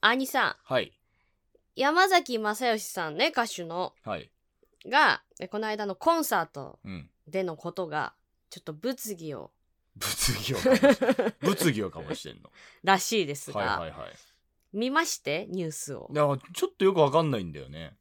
兄さんはい。山崎正義さんね歌手のはい。がえこの間のコンサートうん。でのことがちょっと物議を 物議を醸し物議を醸してんの。らしいですが、はいはいはい。見ましてニュースをだからちょっとよくわかんないんだよね。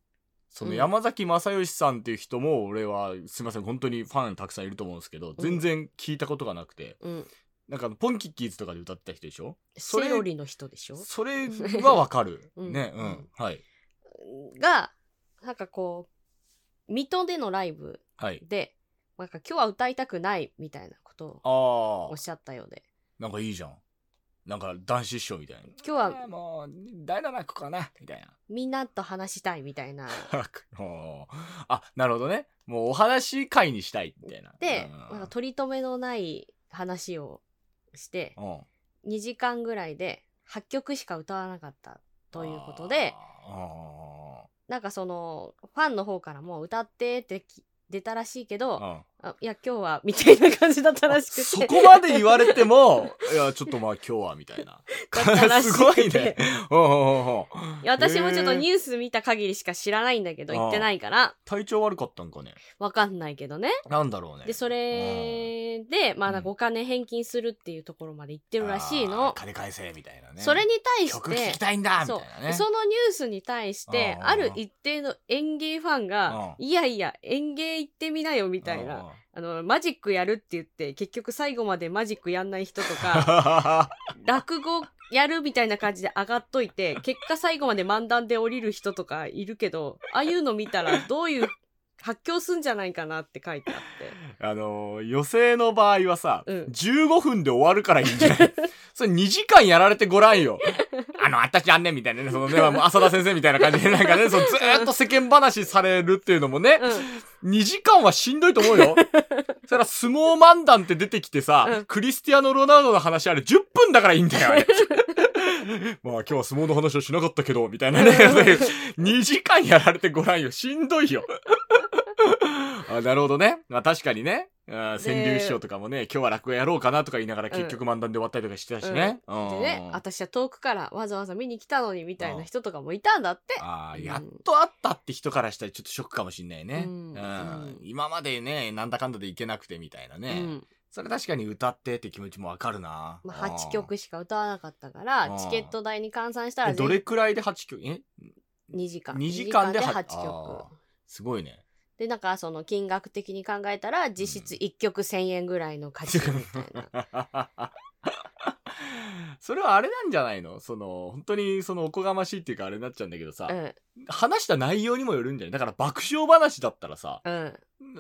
そのうん山崎正義さんっていう人も俺はすみません本当にファンたくさんいると思うんですけど全然聞いたことがなくて、うんなんかあのポンキッキーズとかで歌ってた人でしょそれセロリの人でしょそれはわかる うんねううんんはいがなんかこう水戸でのライブはいでなんか今日は歌いたくないみたいなことをあおっあしゃったようでなんかいいじゃんなんか男子師匠みたいな今日ははもう第7個かなみたいなみんなと話したいみたいな おーあなるほどねもうお話し会にしたいみたいなでうんなんか取り留めのない話をしてうん2時間ぐらいで8曲しか歌わなかったということであーなんかそのファンの方からも歌ってってき出たらしいけあーどうんあいや今日はみたいな感じだったらしくてそこまで言われても いやちょっとまあ今日はみた いなだ すごいねうんうんうんうんいや私もちょっとへーニュース見た限りしか知らないんだけどあー行ってないから体調悪かったんかねわかんないけどねなんだろうねでそれでまあなんかうんお金返金するっていうところまで行ってるらしいあーの、金返せみたいなねそれに対して曲聴きたいんだみそたういなでねそのニュースに対してあーある一定の演芸ファンがういやいや演芸行ってみなよみたいなあのマジックやるって言って結局最後までマジックやんない人と かあ落語やるみたいな感じで上がっといて結果最後まで漫談で降りる人とかいるけどああいうの見たらどういう発狂すんじゃないかなって書いてあってのー、予選の場合はさ、うん15分で終わるからいい んじゃないそれ2時間やられてごらんよ。あの、私あんねみたいなね、そのね、もう浅田先生みたいな感じで、なんかね、そのずーっと世間話されるっていうのもね、うん2時間はしんどいと思う よ。そりゃ相撲漫談って出てきてさ、うんクリスティアーノ・ロナウドの話あれ10分だからいいんだ よ、あれ。まあ今日は相撲の話はしなかったけど、みたいなね。2時間やられてごらんよ。しんどいよ。 あなるほどね。まあ確かにね。あーで川柳師匠とかもね、今日は落語やろうかなとか言いながらうん結局漫談で終わったりとかしてたしね。うんでね私は遠くからわざわざ見に来たのにみたいな人とかもいたんだってああ、うんやっと会ったって人からしたらちょっとショックかもしんないね。ううんんうん今までね、なんだかんだで行けなくてみたいなうね。んそれ確かに歌ってって気持ちもわかるな。まうあん8。曲しか歌わなかったからうんチケット代に換算したえらどれくらいで8曲え2時間二時間で二は八曲あーすごいね。でなんかその金額的に考えたら実質1曲1,000円ぐらいの価値みたいなそれはあれなんじゃないのその、本当にそのおこがましいって いうかあれになっちゃうんだけどさ、うん話した内容にもよるんじゃないだから爆笑話だったらさ、うん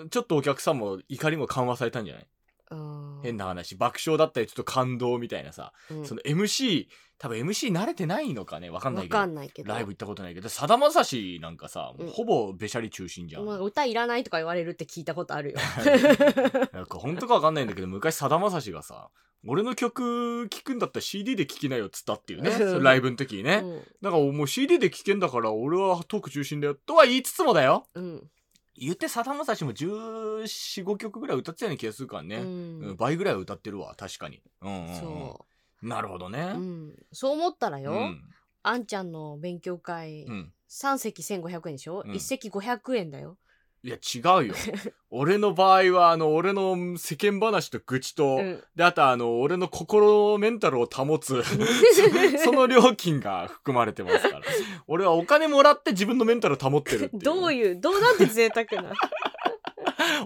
ちょっとお客さんも怒りも緩和されたんじゃないうん変な話、爆笑だったりちょっと感動みたいなさ、うんその MC、多分 MC 慣れてないのかねわかんわないけどか。んないけどライブ行ったことないけど、さだまさしなんかさ、うんほぼべしゃり中心じゃん。もうな歌いらないとか言われるって聞いたことあるよんか本当かわかん ないんだけど、昔さだまさしがさ、俺の曲聴くんだったら CD で聴きなよっつったっていうね、うんそのライブの時にうね。んだからもう CD で聴けんだから俺はトーク中心だよとは言いつつもだよ。うん言ってさだまさしも14、5曲ぐらい歌ってたような気がするからうね。うんん倍ぐらいは歌ってるわ、確かに。うんうんうんそなるほどううね。んそう思ったらうよん。あんちゃんの勉強会うん。 3席1500円でしょうん1席500円だよいや、違うよ。 俺の場合は、あの、俺の世間話と愚痴と、う んで、あと、あの、俺の心のメンタルを保 つ、 その料金が含まれてますから。俺はお金もらって自分のメンタルを保ってるっていう。どういうどうなんて贅沢 な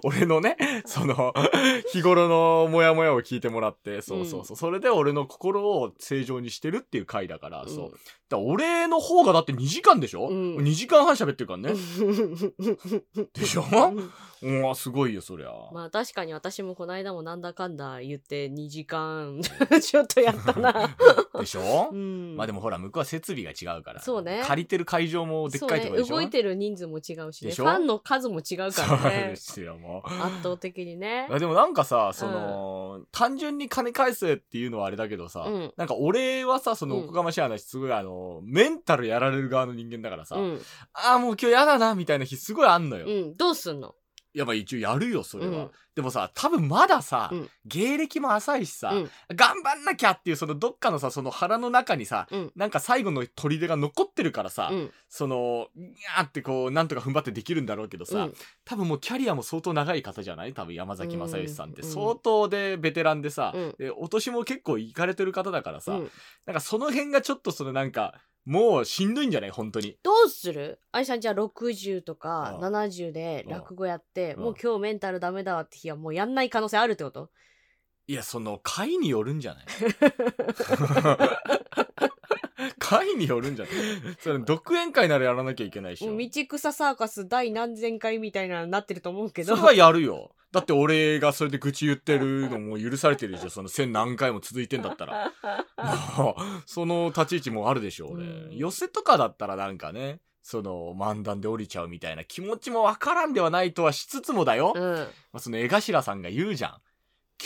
俺のね、その、 日頃のモヤモヤを聞いてもらって、そうそうそう。それで俺の心を正常にしてるっていう回だから、そう。だから俺の方がだって2時間でしょ、うん ?2 時間半喋ってるからね。でしょうんうわ、すごいよ、そりゃ。まあ確かに私もこの間もなんだかんだ言って2時間 ちょっとやった な。でしょ、うん、まあでもほら、向こうは設備が違うから。そうね借りてる会場もでっかいとそうこねでしょ動いてる人数も違うし,、ね、でしょファンの数も違うからそうでねすよ、もう。圧倒的にねいやでもなんかさ、その、単純に金返せっていうのはあれだけどさ、うんなんか俺はさ、そのうんおこがましい話、すごいあの、メンタルやられる側の人間だからさ、うん、ああ、もう今日やだな、みたいな日すごいあんのよ。うん、どうすんのやっぱ一応やるよ、それは。うんでもさ、多分まださ、うん芸歴も浅いしさ、うん頑張んなきゃっていう、そのどっかのさ、その腹の中にさ、うんなんか最後の砦が残ってるからさ、うんその、にゃーってこう、なんとか踏ん張ってできるんだろうけどさ、うん多分もうキャリアも相当長い方じゃない多分山崎正義さんって。うん相当でベテランでさ、うんでお年も結構いかれてる方だからさ、うんなんかその辺がちょっとそのなんか、もうしんどいんじゃない本当に。どうする愛さんじゃあ60とかうん70で落語やって、うんもう今日メンタルダメだわって日はもうやんない可能性あるってこといや、その、会によるんじ ゃない会によるんじゃないそれ、独演会ならやらなきゃいけないっしもょう道草サーカス第何千回みたいなのになってると思うけそどれはやるよ。だって俺がそれで愚痴言ってるのも許されてるでしょ。その千何回も続いてんだっ たら。もうその立ち位置もあるでしょ、俺うん。寄せとかだったらなんかね、その漫談で降りちゃうみたいな気持ちもわからんではないとはしつつもだよ。うんまあ、その江頭さんが言うじゃん。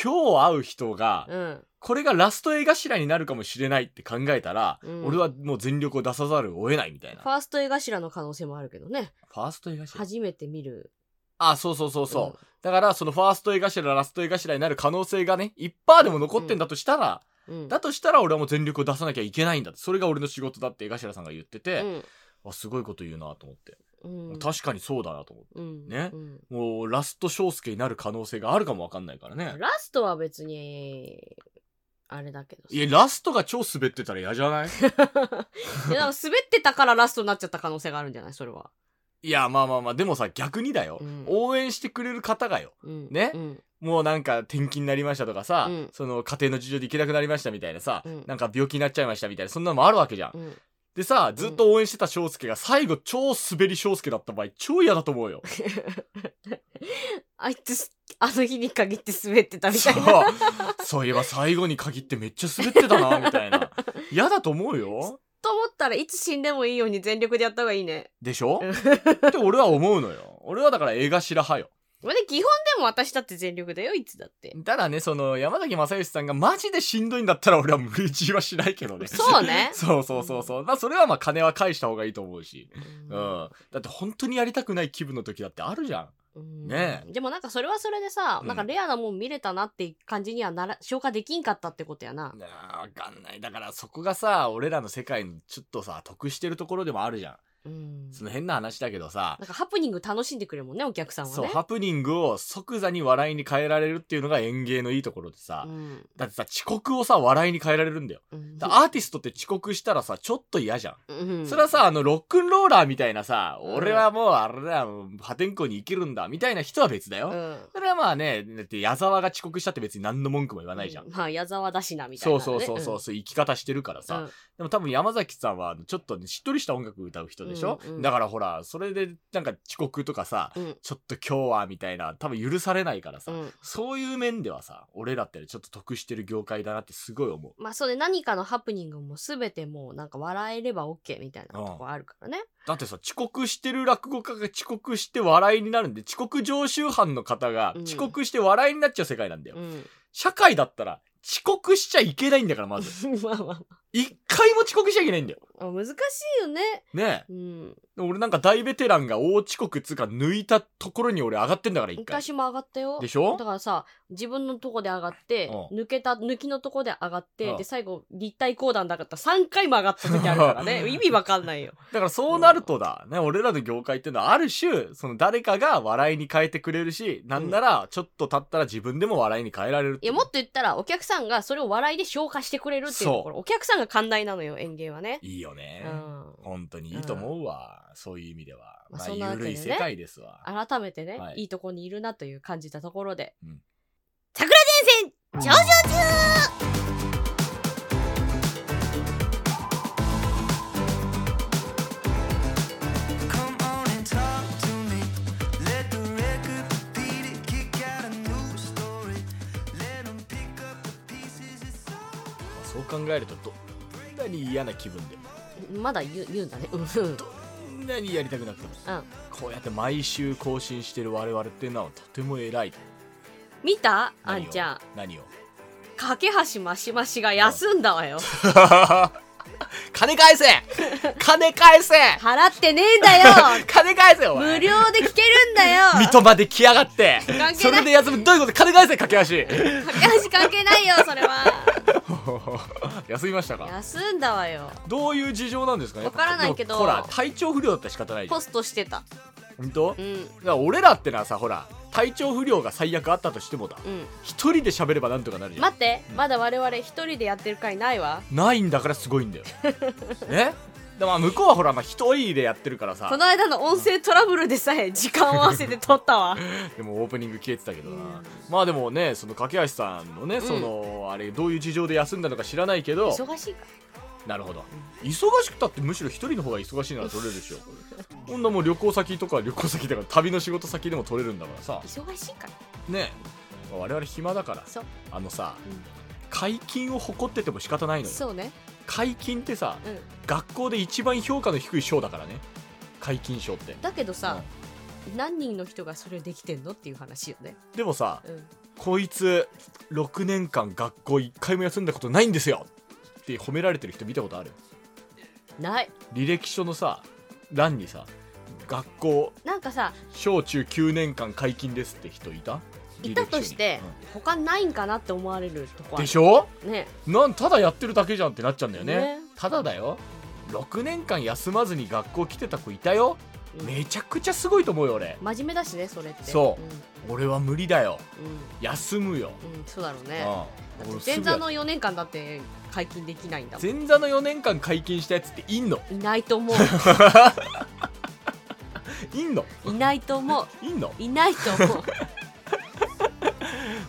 今日会う人が、うんこれがラスト絵頭になるかもしれないって考えたら、うん俺はもう全力を出さざるを得ないみたいな。ファースト絵頭の可能性もあるけどねファースト絵頭初めて見るあ、そうそうそうそう。んだから、そのファースト絵頭、ラスト絵頭になる可能性がね、1%でも残ってんだとしたら、うんだとしたら俺はもう全力を出さなきゃいけないんだって。それが俺の仕事だって江頭さんが言ってて、あ、すごいこと言うなと思って。うんうん確かにそうだなと思って。うんねうんもう、ラスト翔介になる可能性があるかもわかんないからね。ラストは別にあれだけどさい や、ラストが超滑ってたら嫌じゃないいやなんか滑ってたからラストになっちゃった可能性があるんじゃないそれは。いや、まあまあまあ、でもさ、逆にだよ。うん応援してくれる方がよ。うんねうんもうなんか転勤になりましたとかさ、うんその家庭の事情で行けなくなりましたみたいなさ、うんなんか病気になっちゃいましたみたいな、そんなのもあるわけじゃん。うんでさ、ずっと応援してた翔介が最後超滑り翔介だった場合、超嫌だと思う よ。あいつあの日に限って滑ってたみたいな。そう。そういえば最後に限ってめっちゃ滑ってたな、みたい な。嫌だと思うよ。と思ったらいつ死んでもいいように全力でやった方がいいね。でしょうんって俺は思うのよ。俺はだから映画白派よ。まあで基本でも私だって全力だよいつだって。ただね、その山崎正義さんがマジでしんどいんだったら俺は無理強いはしないけどね。そうねそうそうそうそう。まあそれはまあ金は返した方がいいと思うし。 ううんん。だって本当にやりたくない気分の時だってあるじゃん。ねえでもなんかそれはそれでさ、うんなんかレアなもん見れたなって感じにはなら消化できんかったってことやな。なあわかんない。だからそこがさ、俺らの世界にちょっとさ、得してるところでもあるじゃん。うん、その変な話だけどさ、なんかハプニング楽しんでくれるもんねお客さんはそう、ね。ハプニングを即座に笑いに変えられるっていうのが演芸のいいところでさ、うんだってさ、遅刻をさ、笑いに変えられるんだよ。うんだアーティストって遅刻したらさ、ちょっと嫌じゃん。うんそれはさ、あの、ロックンローラーみたいなさ、うん俺はもう、あれだ、もう破天荒に生きるんだ、みたいな人は別だよ。うんそれはまあね、だって矢沢が遅刻したって別に何の文句も言わないじゃん。うまあ矢沢だしなみたいそな、うね、そうそうそう、そういう生き方してるからさ、うんでも多分山崎さんはちょっとねしっとりした音楽歌う人でしょ、うんうんだからほらそれでなんか遅刻とかさうんちょっと今日はみたいな多分許されないからさ、うんうんそういう面ではさ俺らってちょっと得してる業界だなってすごい思う。まあそれ何かのハプニングも全てもうなんか笑えれば OK みたいなとこあるからね。だってさ遅刻してる落語家が遅刻して笑いになるんで遅刻常習犯の方がうん遅刻して笑いになっちゃう世界なんだよ。うん、社会だったら遅刻しちゃいけないんだからまず まあま一回も遅刻しちゃいけないんだよ。あまあ難しいよね。ねうえ。ん、俺なんか大ベテランが大遅刻つうか抜いたところに俺上がってんだから一回。私も上がったよ。でしょだからさ自分のとこで上がってう抜けた抜きのとこで上がって、うんで最後立体講談だから3回も上がった時あるから ね意味わかんないよ。だからそうなるとだ、ね、俺らの業界ってのはある種、その誰かが笑いに変えてくれるし、なんならちょっと経ったら自分でも笑いに変えられるっていやもっと言ったらお客さんがそれを笑いで消化してくれるっていうところお客さんが寛大なのよ園芸はね。いいよねう。ん本当にいいと思うわ。そういう意味では。まあまあ、そんなわけゆでるねい世界ですわ。改めてね、はいい、いとこにいるなという感じたところで、うん桜前線上々中そう考えると、どんなに嫌な気分でも、まだ言う言うんだねうんうんどんなにやりたくなくても、こうやって毎週更新してる我々っていうのはとても偉い。見たあ何んをちゃん何を架橋マシマシが休んだわよ架金返せ金返せ払ってねえんだよ金返せお前無料で聞けるんだよ 三笘で来やがってないそれで休むどういうこと金返せ駆け足架橋関係ないよそれは休みましたか休んだわよどういう事情なんですかねわからないけどでもほら体調不良だったら仕方ないじゃんポストしてた本当うだかんら俺らってのはさほら体調不良が最悪あったとしてもだうん一人で喋ればなんとかなるじゃん待ってまだ我々一人でやってる回ないわないんだからすごいん だよねでもまあ向こうはほらまあ一人でやってるからこさの間の音声トラブルでさえ時間を合わせて撮ったわでもオープニング消えてたけどな、うんまあでもねその架橋さんのねその、あれどういう事情で休んだのか知らないけど忙しいかなるほど忙しくたってむしろ一人の方が忙しいなら取れるでしょこんなもう旅行先とか旅行先だから旅の仕事先でも取れるんだからさ忙しいからねまあ我々暇だからそうあのさ、うん解禁を誇ってても仕方ないのよそうね解禁ってさうん学校で一番評価の低い賞だからね解禁賞ってだけどさ、何人の人がそれできてんのっていう話よねでもさうんこいつ6年間学校1回も休んだことないんですよって褒められてる人見たことあるない履歴書のさ欄にさ学校なんかさ小中9年間解禁ですって人いたいたとして、他ないんかなって思われるとうこんあでるしょねなんただやってるだけじゃんってなっちゃうんだよねねただだよ6年間休まずに学校来てた子いたようんめちゃくちゃすごいと思うよ俺真面目だしねそれってそ俺は無理だようんうん休むよ、うんそうだろうねうんだっ俺てす前ぐや座の4年間だって解禁できないんだも前座の4年間解禁したやつっていんのんいないと思 いんのういないと思ういんのいないと思う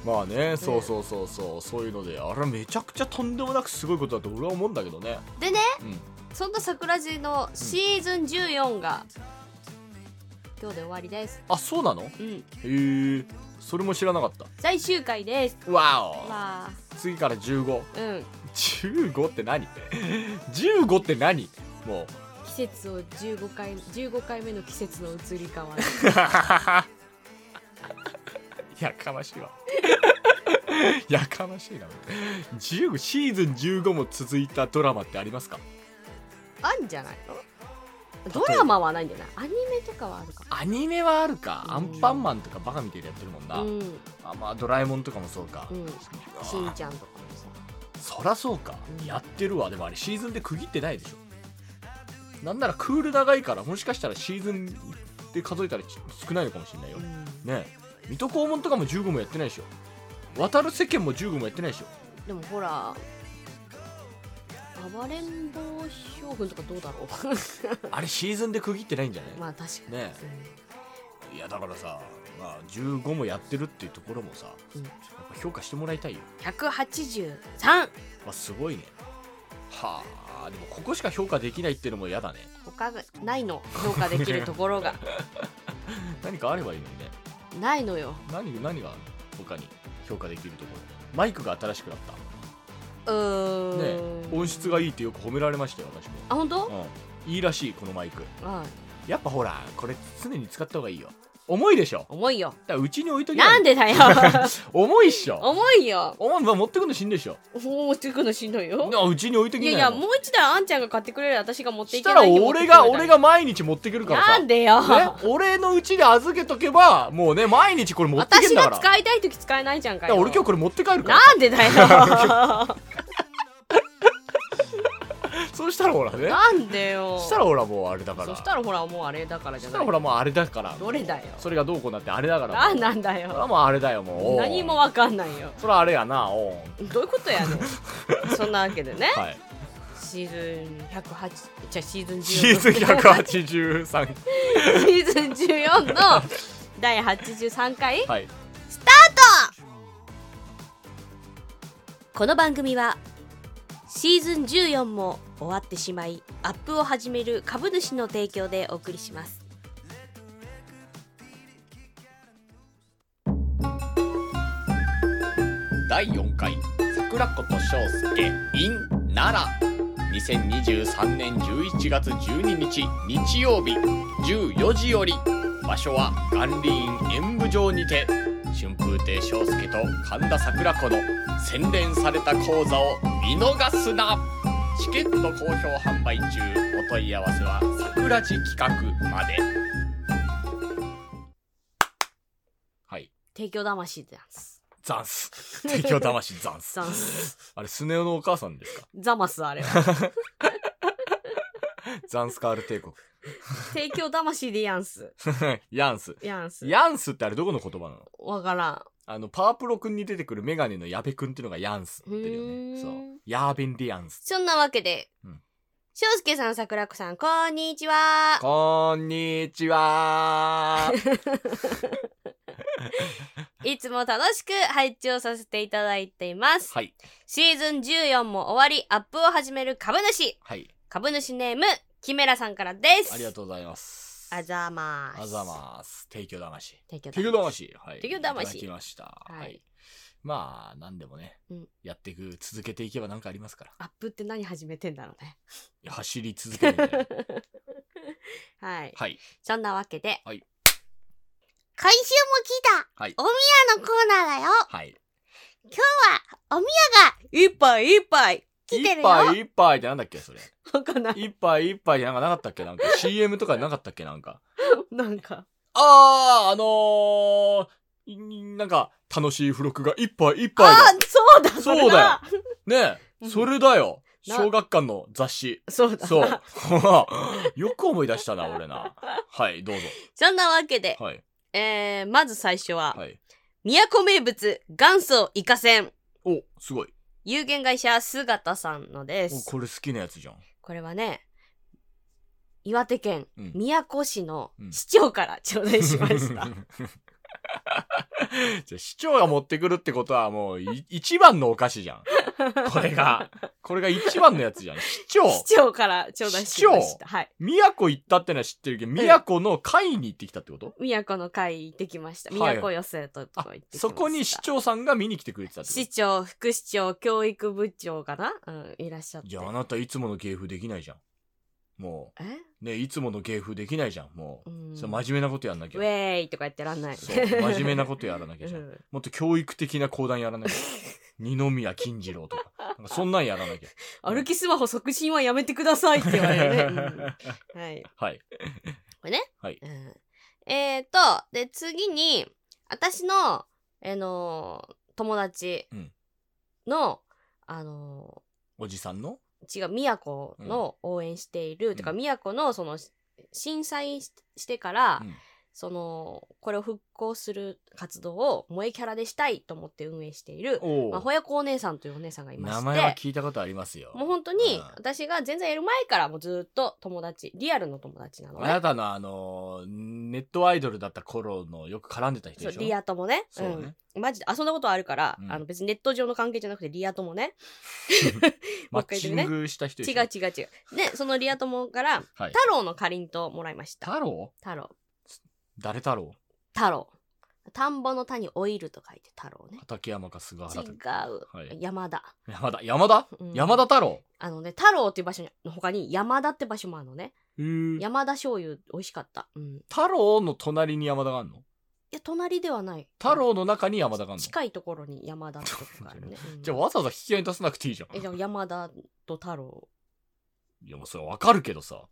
まあねそうそうそうそうそういうのであれめちゃくちゃとんでもなくすごいことだと俺は思うんだけどねでねうんそんな桜地のシーズン14が今日で終わりですあそうなのへうんえそれも知らなかった最終回ですわわあお次から1515うんって何15って何もう 季節を15回15回目の季節の移り変わ やかましいわやかましいな15シーズン15も続いたドラマってありますかあんじゃないのドラマはないんだよなアニメとかはあるかアニメはあるか、うんアンパンマンとかバカみたいでやってるもんな、うんあまあドラえもんとかもそうか、うんあしんちゃんとかもさそらそうかうんやってるわでもあれシーズンで区切ってないでしょなんならクール長いからもしかしたらシーズンで数えたらち少ないのかもしれないよ、ねえ水戸黄門とかも15もやってないでしょ渡る世間も15もやってないでしょでもほら暴れん坊将軍とかどうだろ、あれシーズンで区切ってないんじゃないうまあ確かに、ねえいやだからさ、まあ、15もやってるっていうところもさうんうんやっぱ評価してもらいたいよ、 183まあ、すごいねはあでもここしか評価できないっていうのも嫌だね他がないの評価できるところ が何かあればいいのにねないのよ何何があるの他に評価できるところマイクが新しくなったうーんねえ音質がいいってよく褒められましたよ私あ本当、も、うん、いいらしいこのマイクはいやっぱほらこれ常に使った方がいいよ重いでしょ重いよだからうちに置いときゃなんでだ よ重いっしょ重いよお前まあ持ってくのしんどいっしょもう持ってくのしんどいよなうちに置いときいなやいいのやもう一台あんちゃんが買ってくれる私が持っていしけたらない日持って俺くれがる俺が毎日持ってくるからなさんでよ、ね、俺のうちで預けとけばもうね毎日これ持ってけん私だからが使いたい時使えないじゃんかだからよ俺今日これ持って帰るからなんで だよそうしたらほらねなんでよそしたらほらもうあれだからそしたらほらもうあれだからじそゃしなたらいほらもうあれだからどれだよそれがどうこうなってあれだからなんなんだそれはよもうあれだよもう何もわかんないよそれはあれやなおうどういうことやね んそんなわけでねはいシーズン108じゃあシーズン14シーズン183 シーズン14の 第83回はいこの番組はシーズン14も終わってしまいアップを始める株主の提供でお送りします第4回桜子と翔介 in 奈良2023年11月12日日曜日14時より場所は元林院演舞場にて春風亭昇介と神田桜子の洗練された講座を見逃すなチケット好評販売中お問い合わせは桜地企画まではい提供魂でます。ザンス 提供魂ザンスザンスあれスネ夫のお母さんです かザマス、あれ は。ザンスカール帝国提供魂でやんす。 ヤンスやんす。ヤンスってあれどこの言葉なのわからん。あのパワープロくんに出てくるメガネの矢部くんっていうのがヤンスって言ってるうよーねんそうヤーベンディアンスそんなわけでうん、翔介さん、桜子さん、こんにちは。こんにち はいつも楽しく配置をさせていただいています。はいシーズン14も終わり、アップを始める株主。はい株主ネーム、キメラさんからです。ありがう。とうございますあざまーす。あざます提供魂提供だ。提供魂はい提供魂いただきましたはいはいまあ何でもねうんやっていく続けていけば何かありますからアップって何始めてんだろうね。いや走り続けるみたい なはい。はいそんなわけで。はい今週も来た、はいおみやのコーナーだよ はい一杯一杯来てるよ一杯一杯ってなんだっけそれわかんない。一杯一杯じゃなんかなかったっけなんか CM とかでなかったっけなんかなんか。あーあのー、んなんか楽しい付録が一杯一杯あ、そうだそうだよ。だねうえんそれだよな小学館の雑誌 そうだ。そう ほらよく思い出したな俺なはいどうぞそんなわけで、はいえー、まず最初は、はい都名物、元祖イカ戦。おすごい有限会社、姿さんのでおす。これ好きなやつじゃんこれはね、岩手県うん宮古市のうん市長から 頂戴しました。 じゃあ市長が持ってくるってことはもうい一番のお菓子じゃんこれがこれが一番のやつじゃん市長市長から頂戴しま市し長た。はい。宮古行ったってのは知ってるけど宮古の会に行ってきたってこと宮古の会行ってきました。はい宮古寄せととあこ行ってきました。そこに市長さんが見に来てくれてたってこ市長、副市長、教育部長かなうん、いらっしゃっとて。じゃああなたいつもの芸風できないじゃんもえうねいつもの芸風できないじゃんもうう、んそう真面目なことやんなきウゃェーイとかやってらんない。そう真面目なことやらなきゃじゃんうんもっと教育的な講談や らなきゃ二宮金次郎とかなんかそんなんやらなきゃ歩きスマホ促進はやめてくださいって言われるね。 うんはい。はい。これね。はいうん、えっ、と、で、次に、私の、あ、のー友達うんの、あのおじさんのー違う、宮古の応援している、んとか、宮古の、その、し震災ししてから、うんその、これを復興する活動を萌えキャラでしたいと思って運営している、おうまあ、ほやこお姉さんというお姉さんがいまして。名前は聞いたことありますよ。もう本当にうん私が全然やる前からもうずっと友達リアルの友達なのあなね。たのあのー、ネットアイドルだった頃のよく絡んでた人そうでしょリア友ねそうねん、マジで遊んだことあるから、うんあの別にネット上の関係じゃなくてリア友 ねもマうッ一回チ言ってねングした人で違しうょ違う違うねそのリア友からはい太。郎のかりんとうもらいました太郎太郎誰太郎太郎田んぼの田にオイルと書いて太郎ね畠山か菅原違とか。う、はい山田、山田山田うん山田太郎あのね太郎っていう場所の他に山田って場所もあるのね太山田醤油美味しかったうんい郎の隣に山田があるのや隣ではない太郎の中に山田があるの近いところに山田ってとこがあ るね、うんじゃあわざわざ引き合いに出さなくていいじゃん。えじゃあ山田と太郎いやもうそれわかるけどさ。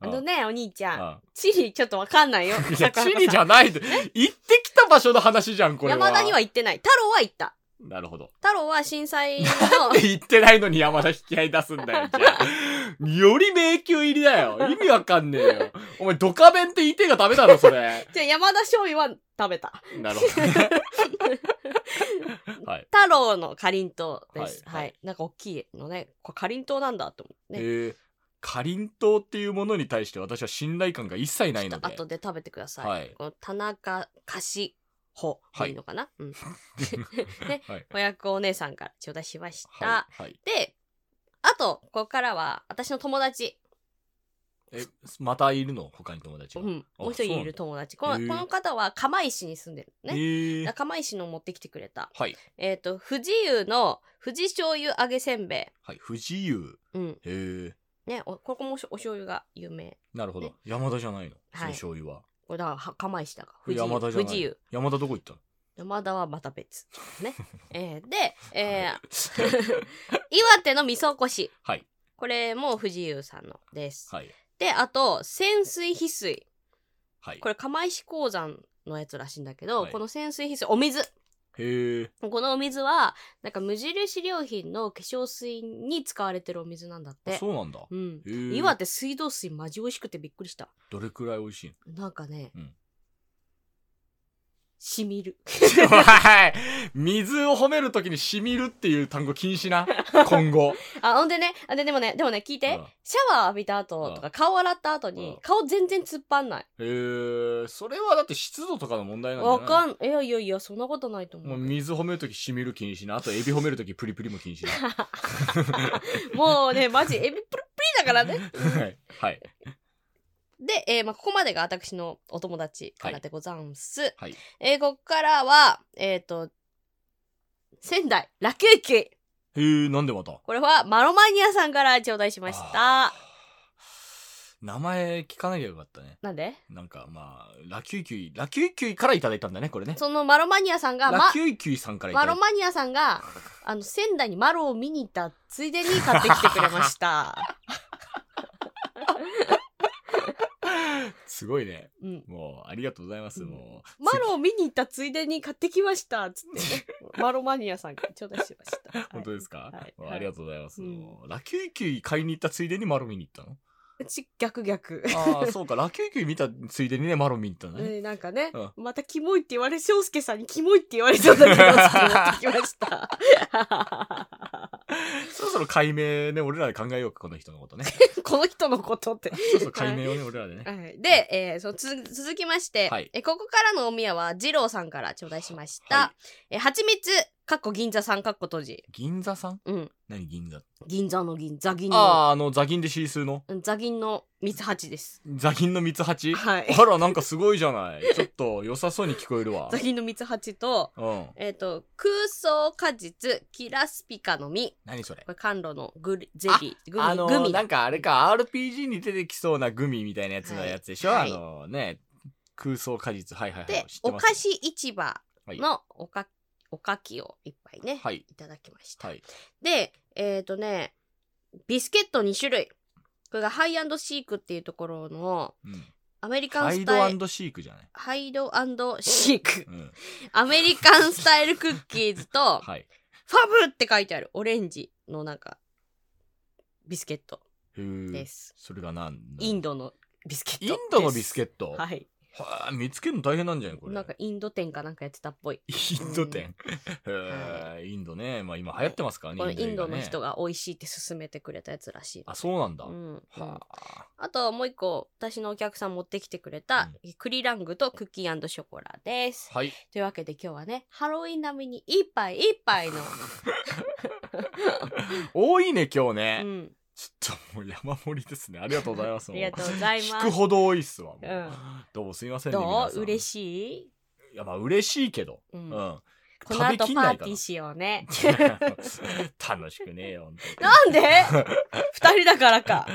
あのねお兄ちうん。ゃうんん地理ちょっとわかんないよ いや、チリじゃんないで。行ってきた場所の話じゃん、これは。山田には行ってない太郎は行ったなるほど。太郎は震災の って言ってないのに山田引き合い出すんだよ、じゃあ。より迷宮入りだよ。意味わかんねえよ。お前、ドカ弁って言いてえがダメだろ、それ。じゃあ山田醤油は食べたなるほどね。は い。太郎のかりんとうですはいはい、はいなんか大きいのねこれかりんとうなんだと思ってね、えー、かりんとうっていうものに対して私は信頼感が一切ないちょのっとで。後で食べてください、はいこの田中菓子穂でいいのかな、 うん ねはい。子役お姉さんから頂戴しました、はい。はい。であとここからは私の友達え、またいるの他に友達うが。ん、あもう一そう人ないんるだ友達この,、へえこの方は釜石に住んでるのえね、ー、釜石の持ってきてくれたはい。えっ、と富士湯の富士醤油揚げせんべはい。不自由。いうんへえー、ねおここもおお醤油が有名なるほどね。山田じゃないの。そはのい醤油は。これだからは釜石だから富士山田湯じゃ富な士い湯。山田どこ行ったの山田はまた別 ねえーで、えー 岩手の味噌こしはい。これも藤優さんのです。はい。で、あと、潜水翡翠。はいこ。れ、釜石鉱山のやつらしいんだけど、はいこの潜水翡翠、お水。へえ。このお水は、なんか無印良品の化粧水に使われてるお水なんだっあて。そうなんだ。うん。へえ。岩手水道水マジ美味しくてびっくりした。どれくらい美味し いのなんかね、うんしみ る。はい水を褒めるときにしみるっていう単語禁止な。今後。あ、ほんでね、あででもね、 でもね、聞いて、うんシャワー浴びた後とうか、顔洗った後に、うん顔全然突っ張んない。へえ。それはだって湿度とかの問題なんじゃわないかん、んいやいやいや、そんなことないと思もうう。水褒めるときしみる禁止な。あとエビ褒めるときプリプリも禁止な。 もうね、マジ、エビプルプリだからね。 はい。はい。で、えーまあ、ここまでが私のお友達からでござんす。はい。えーここからは、えっ、と、仙台、楽駅。へえ、なんでまたこれは、マロマニアさんから頂戴しましあた。ー 名前聞かなきゃよかったね。なんでなんかまあ、ラキュイキュイ、ラキュイキュイからいただいたんだね、これね。そのマロマニアさんが、ラまキ、ュイキュイさんからいマただロいた。マニアさんが、あの、仙台にマロを見に行ったついでに買ってきてくれま した。すごいね。うん。もう、ありがとうございます。うんもう。マロを見に行ったついでに買ってきました。つってね、マロマニアさんから頂戴しました。 本当ですかか、はいもうありがとうございます。うんもうラキュイキュイ買いに行ったついでにマロ見に行った のうち、逆逆。ああ、そうか。ラキュイキュイ見たついでにね、マロ見に行ったのね。ね、なんかね、うまたキモいって言われ、翔介さんにキモいって言われそうだけど、って思ってきました。 そろそろ解明ね、俺らで考えようか、この人のこ とね。この人のことって。そろそろ解明をね、俺らでね。はい、で、えー、そのつ続きまして、はいえここからのおみやは二郎さんから頂戴しました。はえはちみつかっこ銀座さんかっこ閉じ。銀座さんうん。何銀座銀座の銀座銀あのあ、あの、座銀でシースーの。うん座銀の三つ八です。座銀の三つ八はい。あら、なんかすごいじゃない。ちょっと良さそうに聞こえる わ座。銀の三つ八と。うん。えっ、と空想果実キラスピカの実何それこれ甘露のグリゼリーグミあのグミなだんかあれか、RPG に出てきそうなグミみたいなやつのやつでしょ、はいあのね、空想果実。はいはいはい。で知っておます菓子市場のおか,、おかきをいっぱいね、、はいい。ただきました、はい。でえっ、とねビスケット2種類これがハイシークっていうところのうん、アメリカハンイスタイルドシークじゃない。ハイドシークうん。アメリカンスタイルクッキーズとファはい。ブって書いてあるオレンジのなんかビスケットへーです、それがなんインドのビスケットインドのビスケッット。はいはあ、見つけるの大変なんじゃないこれ。なんかインド店かなんかやってたっぽいインド店。へーインドね。まあ今流行ってますからね。このインドの映画ね人。が美味しいって勧めてくれたやつらしい。あ、そうなんだ。うん、はあ。あともう一個私のお客さん持ってきてくれた、栗ラングとクッキーショコラです。はい。というわけで今日はねハロウィン並みに一杯一杯の、多いね、今日うね。ん、ちょっともう山盛りですね。ありがとうございます。ありがとうございま聞くす。ほど多いっすわ。もううんどうもすいませんね。どう嬉ししい、い。いや、まあ嬉しいけど。ううんん。この後食べきんパなーいテかィなーしようね。楽しくねえよ。本当に なんで二人だからか。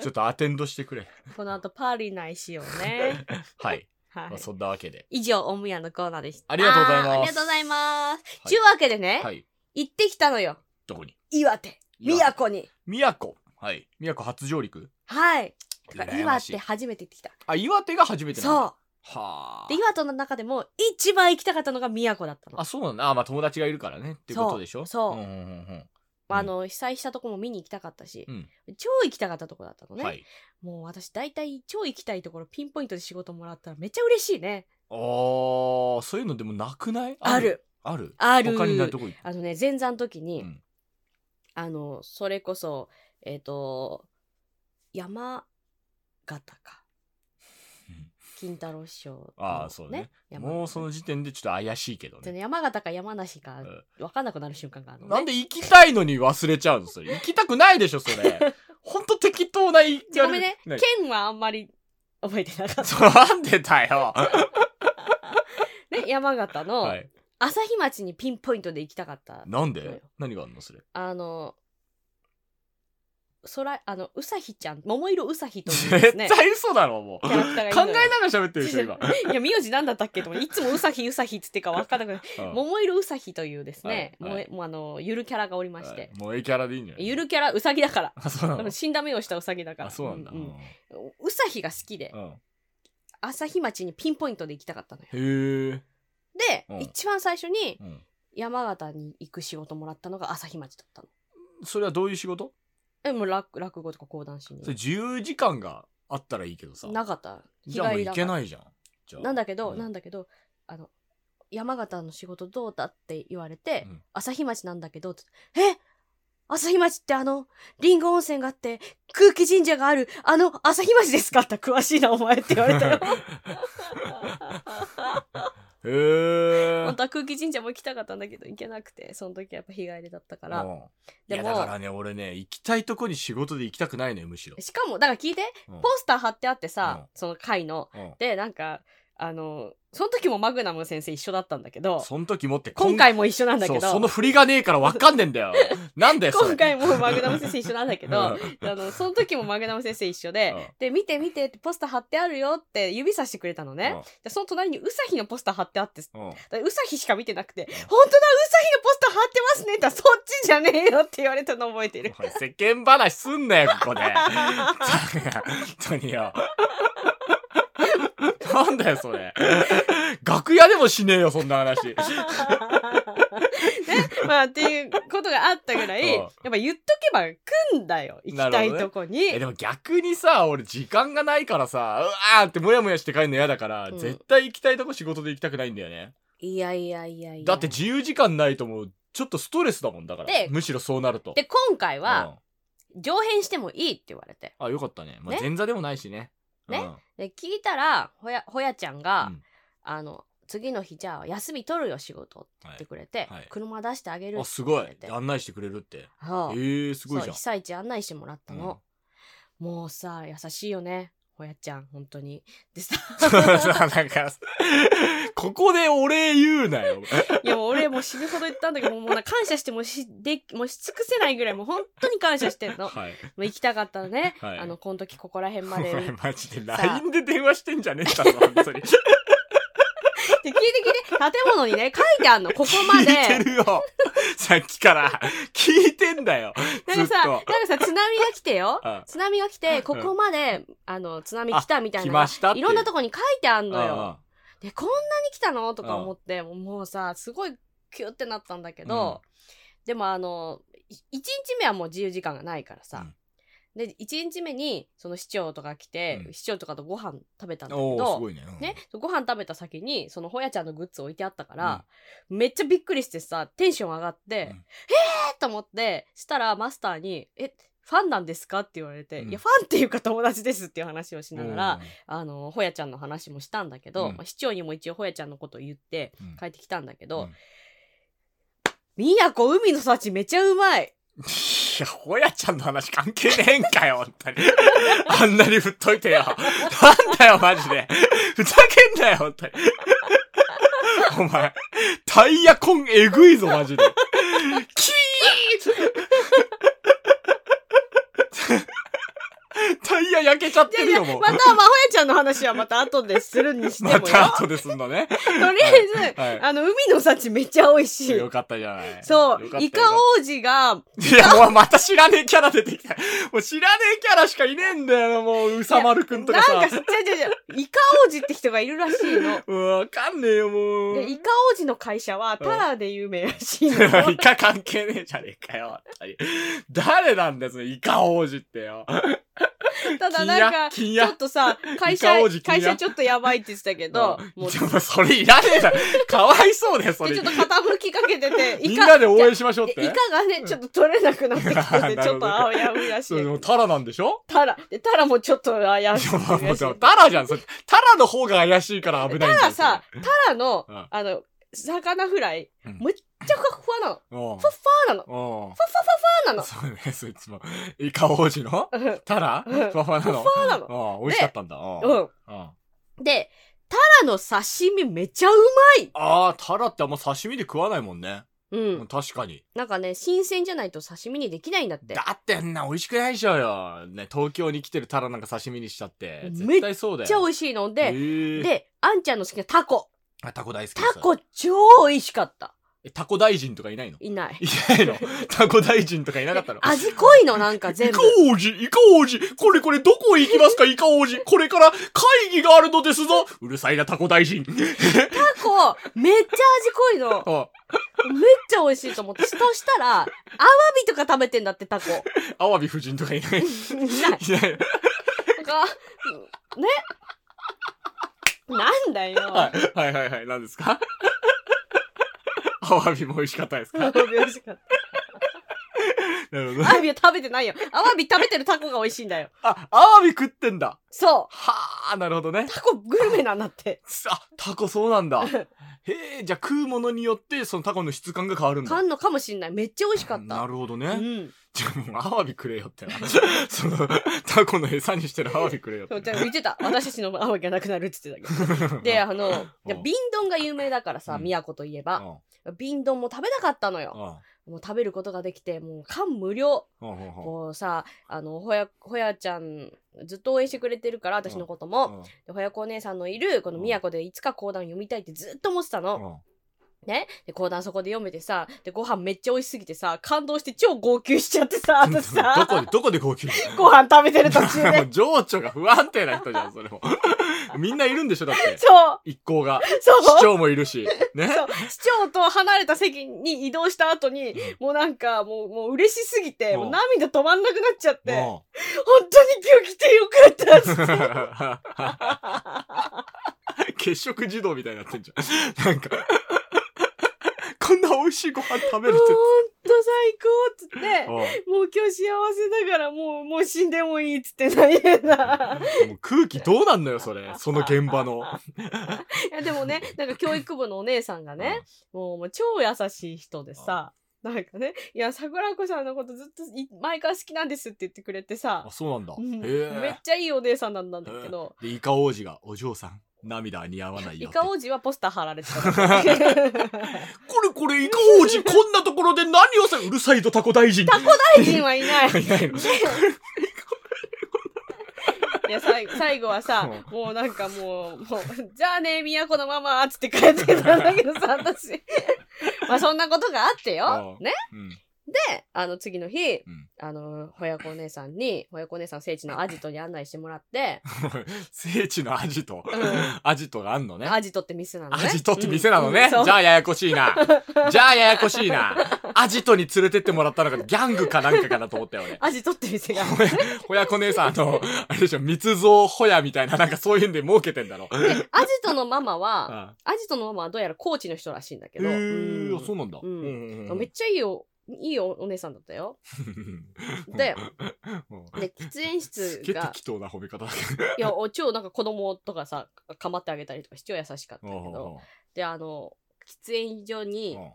ちょっとアテンドしてくれ。この後パーリーナイしようね。はい。 は まあい、そんなわけで。以上オムヤのコーナーでした。ありがとうございますあーありがとうございます。はいちゅうわけでね、はい。行ってきたのよ。どこに岩手宮古に宮古。はい。宮古初上陸。はいだから羨ま岩し手い初めて行ってきたあ、岩手が初めてなのそはあうで。岩手の中でも一番行きたかったのが宮古だったのあ、そうなんだ。あ、まあ友達がいるからね。ってことでしょそうそうんんんまああの被災したとこも見に行きたかったし、うん超行きたかったとこだったのうんね、はい。もう私大体超行きたいところピンポイントで仕事もらったらめっちゃ嬉しいねあー、そういうのでもなくないあるあるある他にないとこ行くあのね前座の時うに、んあのそれこそえっ、と山形かうん金太郎師匠のあーそうね山形もうその時点でちょっと怪しいけどでねね。山形か山梨かうん分かんなくなる瞬間があるの、ね、なんで行きたいのに忘れちゃうのそれ。行きたくないでしょ、そ れ。ほんと適当な言いじゃあごめんねやる県はあんまり覚えてなかっそうなんでだよ。 た、ね、山形のはい。朝日町にピンポイントで行きたかった、なんそうよで何があんのそれ。あのそら、あの、うさひちゃん、桃色うさひというです絶ね、対嘘だろ、もう。キャラクターがいる考えのなよがら喋ってるでしょ、今。 いや、名字なんだったっけと思っていつもうさひうさひっつってか分からなくて、 うん桃色うさひというですね、はいもはえもうあの、ゆるキャラがおりまして、もうええキャラでいいんじゃないゆるキャラ、うさぎだから。あ、そうなあのの死んだ目をしたうさぎだから。あ、そうなんだ。ううんんうんうさひが好きで、うん朝日町にピンポイントで行きたかったのよ。へえ。で、うん一番最初にうん山形に行く仕事もらったのが朝日町だったの。それはどういう仕事え、もう落落語とか講談師にそ。れ自由時間があったらいいけどさ。なかった。じゃあもうだ行かけらないじゃん。じゃあなんだけど、うなんだけど、あの、山形の仕事どうだって言われて、うん朝日町なんだけど、つえ朝日町ってあの、リンゴ温泉があって、空気神社がある、あの、朝日町ですかって詳しいな、お前って言われた よ。へえ。本当は空気神社も行きたかったんだけど、行けなくて、その時はやっぱ日帰りだったから。うんいでやだかも、らね、俺ね、行きたいとこに仕事で行きたくないのよ、むしろ。しかも、だから聞いて、うんポスター貼ってあってさ、うんその会の。うんで、なんか、あの、その時もマグナム先生一緒だったんだけど、その時もって、今回も一緒なんだけそう、ど、その振りがねえから分かんねえん だよ。なんだよ、それ。今回もマグナム先生一緒なんだけど、うんあの、その時もマグナム先生一緒でうん、で、見て見てってポスター貼ってあるよって指さしてくれたのね。で、その隣にウサヒのポスター貼ってあって、うんうんだからウサヒしか見てなくて、本当だ、ウサヒのポスター貼ってますねって言ったら、そっちじゃねえよって言われたの覚えてる。おい世間話すんなよ、ここで。 本当によ。なんだよ、それ。楽屋でもしねえよ、そんな 話。ね、まあっていうことがあったぐらい、うんやっぱ言っとけば来んだよ。行きたいとこに。え、でも逆にさ、俺時間がないからさ、うわーってモヤモヤして帰るの嫌だから、うん絶対行きたいとこ仕事で行きたくないんだよね。いやいやいやいや。だって自由時間ないともう、ちょっとストレスだもんだからで。むしろそうなると。で、今回は、う上編してもいいって言われて。んあ、よかったね。まあね前座でもないしね。ねうんで聞いたらほやほやちゃんが、うんあの次の日じゃあ休み取るよ仕事って言ってくれて、いはい車出してあげるあ、すごってい言。われて案内してくれるって。えそうー、すごいじそうゃん被。災地案内してもらったの、もうさ優しいよねほやちゃん本当にで さなんか、 ここでお礼言うなよ。いやもう俺もう死ぬほど言ったんだけどもうな感謝してもうしでもうし尽くせないぐらいもう本当に感謝して んのもはい。う行きたかったのね、はいあのこの時ここら辺おまで前マジでさ LINE で電話してんじゃねえだろ、本当 に。で聞いて聞いて建物にね書いてあんのここまで 聞いて るよ。さっきから。聞いてんだよ。なんずかっとさ、なんかさ、津波が来てようん。津波が来て、ここまで、あの、津波来たみたい来なま。したっていいう。ろんなとこに書いてあんこのよ。で、こんなに来たのとか思って、もうもうさ、すごいキュってなったんだけど、でもあの、い一日目はもう自由時間がないからさ。で、一日目に、その市長とか来てう、ん市長とかとご飯食べたんだけおー、すどご、いね。うんね、ご飯食べた先に、そのほやちゃんのグッズ置いてあったから、めっちゃびっくりしてさ、テンション上がって、うんえーと思って、したらマスターに、え、ファンなんですかって言われて、うんいや、ファンっていうか友達ですっていう話をしうんながら、、あの、ほやちゃんの話もしたんだけど、うんまあ市長にも一応ほやちゃんのことを言ってうん帰ってきたんだけど、うん宮古海の幸めちゃうまい。いや、ほやちゃんの話関係ねえんかよ、本当に。あんなに振っといてよ。なんだよ、マジで。ふざけんなよ、本当に。お前、タイヤコンえぐいぞ、マジで。キータイヤ焼けちゃっているやよ、いや、もう。また、まあ、ほやちゃんの話はまた後でするにしてもよ。 また後ですんのね。とりあえず、はいあの、海の幸めっちゃ美味しい。よかったじゃない。そうよかっ、たイカよかっ王子が、たいや、もうまた知らねえキャラ出てきた。もう知らねえキャラしかいねえんだよ、もう、うさまるくんとなかんさ。か、違う違う違う、イカ王子って人がいるらしいの。うわわかんねえよ、もう。でイカ王子の会社はタラで有名らしいの。 イカ関係ねえじゃねえかよ。本当に誰なんだよ、そのイカ王子ってよ。ただなんか、金ちょやっとさ、会社イカ王子、金会や社ちょっとやばいって言ってたけど、もう、ででもそれいらねえだろ。かわいそうだよ、そちれょっ。と傾きかけて て、みんなで応援ししましょうっイて。カがね、ちょっと取れなくなってきて なるほて、どちょっとあやむやしそいれ。もタラなんでしょタラ、で、タラもちょっと怪いしいや、もうも怪うしでもい。タラじゃん。それタラの方が怪しいから危ないんだよ。たださそれ、タラのうん、あの、魚フライ、うんむっちゃふわふわなの。うん。ふわふわなの。うふわん。なの。そうね、そいつも。イカ王子のうんタラうんふわふわなのふわなの。うん、美味しかったんだ。うん。ううんん。。あで、タラの刺身めちゃうあー、タラってあんま刺身で食わないもんね。ううんん。確かに。なんかね、新鮮じゃないと刺身にできないんだって。だってあんな美味しくないでしょうよ。ね、東京に来てるタラなんか刺身にしちゃって。め絶っ対そうだめっよ。ちゃ美味しいので、へえで、あんちゃんの好きなタコ。あタコ大好きですタコ超美味しかった。えタコ大臣とかいないのいない。いないのタコ大臣とかいなかったの 味濃いのなんかイ全カ 部。王子、イカ王子、これこれどこへ行きますか、イカ王子、これから会議があるのですぞ。うるさいな、タコ大 臣。タコ、めっちゃ味濃いの。あめっちゃ美味しいと思って。そしたら、アワビとか食べてんだって タコ。アワビ夫人とかいない。いいない。なない。んか、ね。なんだよ。はい、はい、はい、はい、何ですかアワビも美味しかったですアワかビ美味しかった。なるほどア。ワビは食べてないよ。アワビ食べてるタコが美味しいんだよ。あ、アワビ食ってんだ。そはあ、なるほどねう。。タコグルメなんだって。 あ、タコそうなんだ。へえ、じゃあ食うものによって、そのタコの質感が変わるんだ。かんのかもしんない。めっちゃ美味しかった。なるほどね。うん。じゃあもうアワビくれよってな。その、タコの餌にしてるアワビくれよってそな。うじゃあ言ってた。私たちのアワビがなくなるって言ってたけど。で、あの、いや瓶丼が有名だからさ、うん宮古といえうば。ん瓶丼も食べたかったのよ。もう食べることができて、もう感無量。うんうんうんうんこうさ、あの、ほや、ほやちゃん、ずっと応援してくれてるから、私のことも。うんでほやこお姉さんのいる、この宮古でいつか講談読みたいってずっと思ってたの。うんね。で、講談そこで読めてさ、で、ご飯めっちゃ美味しすぎてさ、感動して超号泣しちゃってさ、私さ、 どこで、どこで号泣ご飯食べてる途中もで う。情緒が不安定な人じゃん、それも。みんないるんでしょ、だって。そう、一行 が。そう。市長もいるし。ね。そう市長と離れた席に移動した後に、うんもうなんか、もう、もう嬉しすぎて、うんもう涙止まんなくなっちゃって、も本当に今日来 てよかったっつって。う。 血色児童みたいになってんじゃん。なんか。こんな美味しいご飯食べもうるほってんと最高っつって、うん。もう今日幸せだから、もう、もう死んでもいいっつって泣いてた。もう空気どうなんのよ、それ。その現場の。 いやでもね、なんか教育部のお姉さんがね、もうもう超優しい人でさ、なんかね、いや、桜子さんのことずっとい前から好きなんですって言ってくれてさあ、、そうなんだ。うんめっへえ。ちゃいいお姉さんなんだけど、で、イカ王子が、お嬢さん、涙は似合わないイよ。カ王子はポスター貼ら れてた だけ。これこれ、イカ王子、こんなところで 何をさ、うるさいとタコ大臣。タコ大臣はいない。いないの。 いや、さい最後はさ、もうなんかもう、もう、じゃあね、都のママ、つって帰ってたんだけどさ、 私。まあそんなことがあってよあ。あね。うん で、あの次の日、んあの、ほやこお姉さんに、ほやこお姉さん聖地のアジトに案内してもらって、聖地のアジトん。アジトがあんのね。アジトって店なのね。アジトって店なのね。うんそうじゃあややこし いな。じゃあややこしいな。アジトに連れてってもらったのがギャングかなんかかなと思ったよ、 俺。アジトって店が。ほや、ほやこ姉さん、あの、あれでしょ、密造ほやみたいな、なんかそういうんで儲けてんだろ。でアジトのママは、あアジトのママはどうやら高知の人らしいんだけへど、ー、うんあそうなんだ。うんうんうんうんめっちゃいいよ、いいよお姉さんだったよ。で、 うんで、喫煙す室げえが、適当な褒め方だいや、お超なんか子供とかさ、かまってあげたりとか、超優しかったけけどど、。で、あの、喫煙所うんに、うん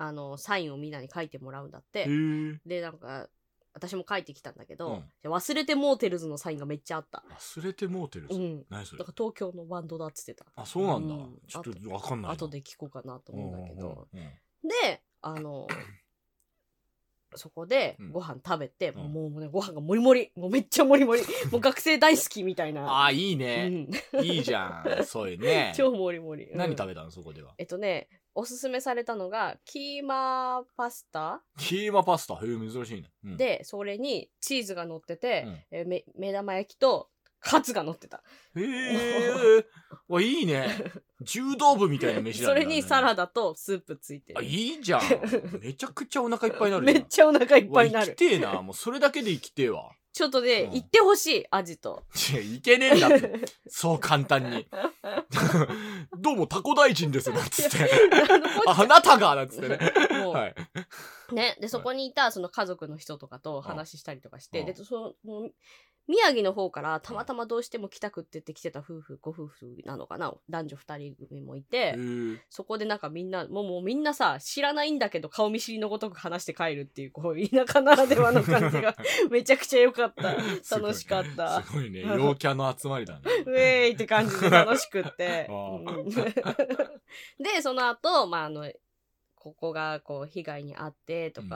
あの、サインをみんなに書いてもらうんだっへて。ーで、なんか、私も書いてきたんだけど、うんじゃあ忘れてモーテルズのサインがめっちゃあった。忘れてもうてるぞ。うん。何それだから東京のバンドだっつってた。あ、そうなんだうん。ちょっとわかんないな。後で聞こうかなと思うんだけど。うんうんうん。で、あの、そこでうんご飯食べて、うんもうもうね、ご飯がもりもり、もうめっちゃもりもり、もう学生大好きみたいな。ああ、いいね。うん。いいじゃん。そういうね 超もりもり。何べ食べたのそこでは。えっとね、おすすめされたのが、キーマパスタキーマパスタ。へえ、珍しいね。うん、で、それにチーズが乗ってうて、んえーめ目玉焼きとカツが乗ってた。へ え。わ、いいね。柔道部みたいな飯だそねれにサラダとスープついてる。あ、いいじゃん。めちゃくちゃお腹いっぱいになるじゃん。めっちゃお腹いっぱいになうわ生るき。てえな。もうそれだけで生きてえわ。ちょっとうねん、行ってほしい、アジト。いや、いけねえんだ って。そう簡単に。どうもタコ大臣ですなんつって。 あなたがなんつってね。 もう、はい。ね。で、そこにいたその家族の人とかと話したりとかして、うんで、その、宮城の方からたまたまどうしても来たくって言って来てた夫婦、ご夫婦なのかな男女二人組もいて、へそこでなんかみんな、もうもうみんなさ、知らないんだけど顔見知りのごとく話して帰るっていう、こう、田舎ならではの感じがめちゃくちゃ良かった。えすごい楽しかった。 すごいね。陽キャの集まりだ ね。ウェーイって感じで楽しくって 。あーうんで、その後、まあ、あの、ここがこう被害に遭ってとか、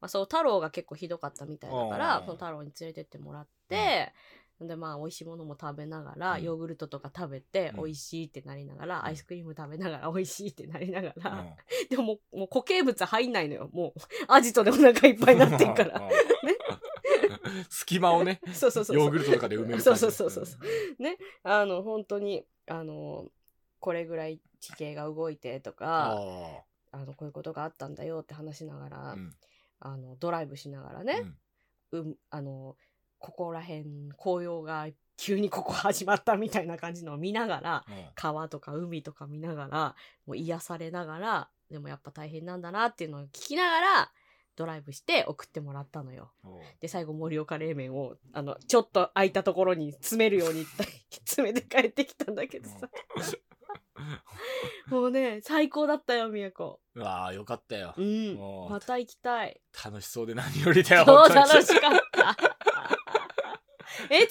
まあ、そう太郎が結構ひどかったみたいだからあーその太郎に連れてってもらって、でまあ美味しいものも食べながら、うんヨーグルトとか食べてうん美味しいってなりながら、アイスクリーム食べながら美味しいってなりながうら、んでももうもう固形物入んないのよもうアジトでお腹いっぱいになってるから うん隙間をねそう そうそうそうヨーグルトとかで埋めるそ感うじそうそうそうあの本当にあのこれぐらい地形が動いてとあかあのこういうことがあったんだよって話しながら、あうんあのドライブしながらうね、んうんあのここら辺紅葉が急にここ始まったみたいな感じのを見ながらうん川とか海とか見ながらもう癒されながらでもやっぱ大変なんだなっていうのを聞きながらドライブして送ってもらったのよ。おうで最後盛岡冷麺をあのちょっと空いたところに詰めるように 詰めて帰ってきたんだけどさもうね最高だったよ宮子うわあよかったようんもうまた行きたい楽しそうで何よりだよ今日本当楽にしかった え伝わっ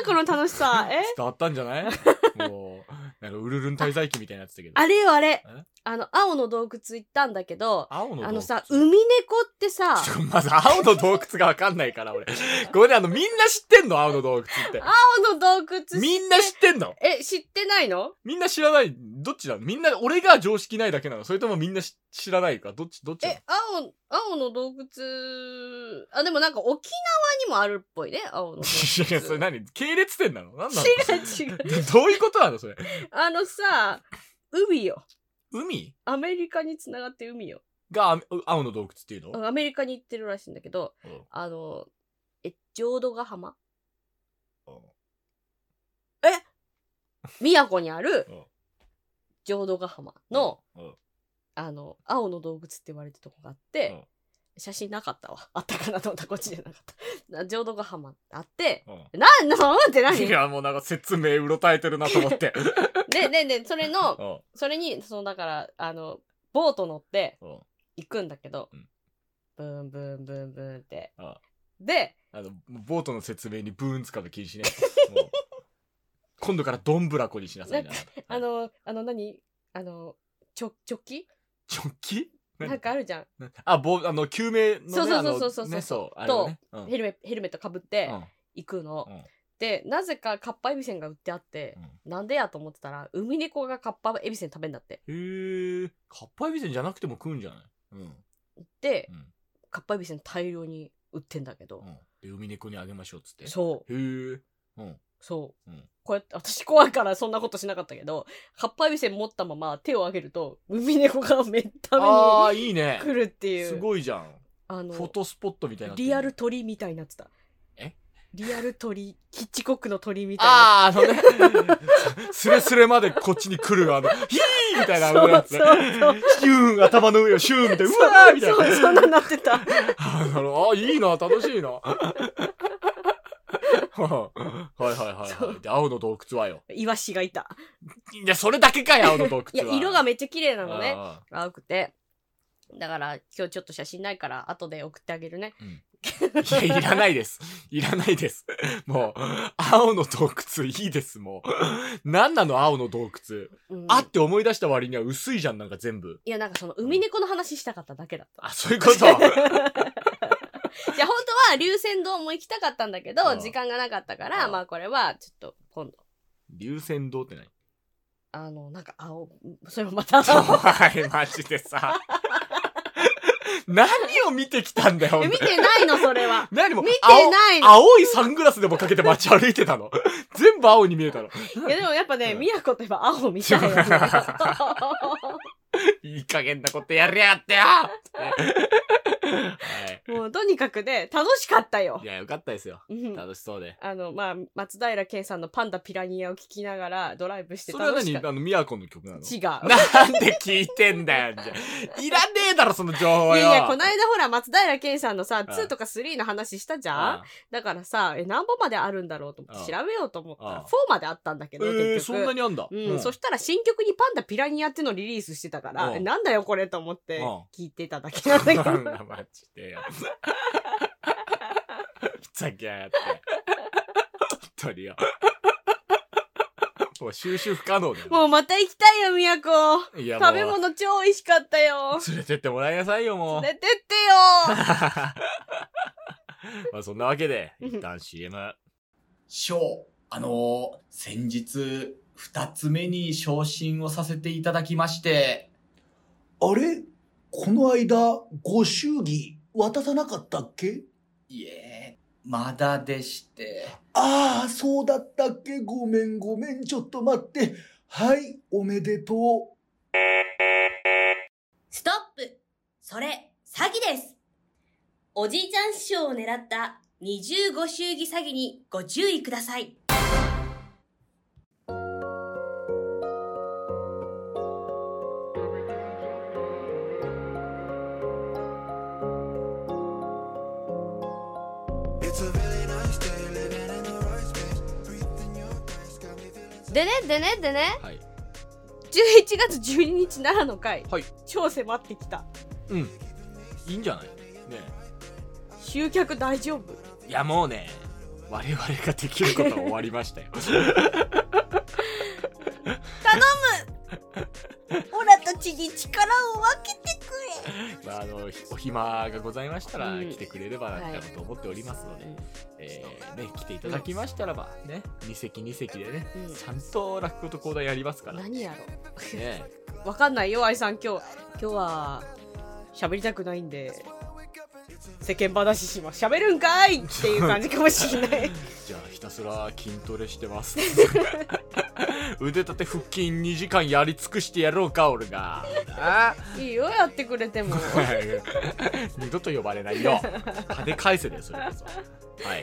たこの楽しさえ 伝わったんじ ゃないもうなんかウルルン滞在記みたいになってたけどあれよあれえあの青の洞窟行ったんだけど青の洞窟あのさ海猫ってさ ちょまず青の洞窟がわかんな いから俺これねあのみんな知ってんの青の洞窟って青の洞窟みんな知ってんのえ知ってないのみんな知らないどっちなのみんな俺が常識ないだけなのそれともみんなし知らないかどっちどっちなのえ青青の洞窟あでもなんか沖縄にもあるっぽいね青の洞 いやそれ窟何系列店なの何なの違う違う どういうことなのそれあのさ海よ海アメリカにつながって海よがあ青の洞窟っていうの、アメリカに行ってるらしいんだけどうんあのえ浄土ヶ浜うん宮古にあるうん浄土ヶ浜の、うんうんあの青の洞窟って言われてるとこがあって、うん写真なかったわあったかなと思ったこっちじゃなかった 浄土ヶ浜あってうんなんなんって何いやもうなんか説明うろたえてるなと 思って、でででそれのうんうんそれにそのだからあのボート乗ってうん行くんだけど、うんブンブンブンブンってあであのボートの説明にブーン使うの 禁止ねもう今度からどんぶらこにしなさいなあのあの何あのチョチョッキジョッキ何なんかあるじゃん、なあ、ぼあの、救命のね、あそうそうそうのそうそうね、そう、あれをね。うんヘルメヘルメットかぶってうん行くの、うんでなぜかかっぱえびせんが売ってあって、なんでやと思ってたら海猫がかっぱえびせん食べんだってうんへえ、かっぱえびせんじゃなくても食うんじゃないうん。でうんかっぱえびせん大量に売ってんだけどう、ん。で、海猫にあげましょうっつって。そうへえ。うん。そう、うんこうやって私怖いからそんなことしなかったけど葉っぱえびせん持ったまま手を上げると海猫がめっためあにあ、いいね。来るっていうすごいじゃん。あのフォトスポットみたいになってる。リアル鳥みたいになってたえリアル鳥キッチコックの鳥みたいなああ、あのね、 スレスレまでこっちに来る、あの、ヒーみたいな、あのやつねそうそうそう。ヒューン、頭の上をシューンみたいな、うわーみたいそうな。そうそんなになってたあのあいいな楽しいな はいはいはい、はい、で青の洞窟はよイワシがいたいやそれだけかい青の洞い窟やは色がめめっちゃ綺麗ななのね青くてだから今日ちょっと写真ないから後で送ってあげるねいやいらないですいらないですもう青の洞窟いいですもう何なの青の洞窟、うんあって思い出した割には薄いじゃんなんか全部いやなんかその海猫の話したかっただけだったあそういうこと じゃあ本当は龍泉洞も行きたかったんだけどああ時間がなかったからああまあこれはちょっと今度流泉洞って何あのなんか青 それもまたおいマジでさ何を見てきたんだよえ見てないのそれ は何も見てないの青いサングラスでもかけて街歩いてたの。全部青に見えたの。いやでもやっぱねうん宮古といえば青みた いないい加減なことやりやが ってよ、は もうとにかくね楽しかったよい、い、や、よかったですよ。うん楽しそうで。あのまあ松平健さんの「パンダピラニア」を聞きながらドライブしてそれは楽し何かあったの、宮古の曲なの違うなんで聞いてんだよ、じゃあいらねえだろ、その情報よ。いやいやこの間ほら松平健さんのさあ2とか3の話したじゃんあだからさえ何本まであるんだろうと思ってあ調べようと思ったあらあ4まであったんだけえどー、結そんな局にあんだ。うん、そしたら新曲に「パンダピラニア」っていうのをリリースしてたかうらんえなんだよこれと思ってうん聞いてただけなんだけそどん なマジでよ。ふざけやがって。本当によ。もう収集不可能だよ。もうまた行きたいよ、宮古。いや食べもう物超美味しかったよ。連れてってもらいなさいよ、 もう。連れてって よまあそんなわけで、うん一旦 CM。師匠、あのー先日、二つ目に昇進をさせていただきまして、あれこの間、ご祝儀渡さなかったっけいえ、まだでして、ああ、そうだったっけごめんごめん、ちょっと待って。はい、おめでとう。ストップそれ、詐欺ですおじいちゃん師匠を狙った25祝儀詐欺にご注意ください。でね、でね、でね、はい。 11月12日奈良の会、はい超迫ってきた。うん。いいんじゃないね集客大丈夫いやもうね、我々ができることは終わりましたよ。 オラたちに力を分けてくれ。まああの、お暇がございましたらうん来てくれればなはんいかと思っておりますので、うえーね、来ていただきましたらば、ね、二席二席でね、んうんちゃんと落語と講談やりますから。ね何やろうわかんないよ愛さん今日今日は喋りたくないんで世間話します喋るんかいっていう感じかもしれないじゃあひたすら筋トレしてます 腕立て腹筋2時間やり尽くしてやろうか俺が なあいいよやってくれてもは二度と呼ばれないよ金返せでそれこそは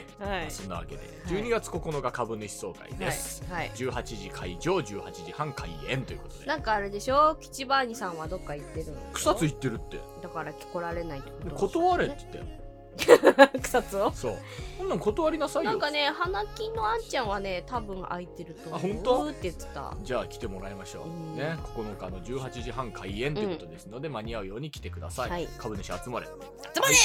い、いそんなわけで12月9日株主総会はでいす、、はい、 18時会場18時半開演ということでなんかあれでしょ吉バーニさんはどっか行ってるの草津行ってるってだから来られないってこと断れって言ったよ 草津をそうこんなん断りなさいよなんかね花金のあんちゃんはね多分空いてると思うあ本当って言ってたじゃあ来てもらいましょうう。んね、9日の18時半開演ということですので、間に合うように来てください。はい株主集まれ。集まれ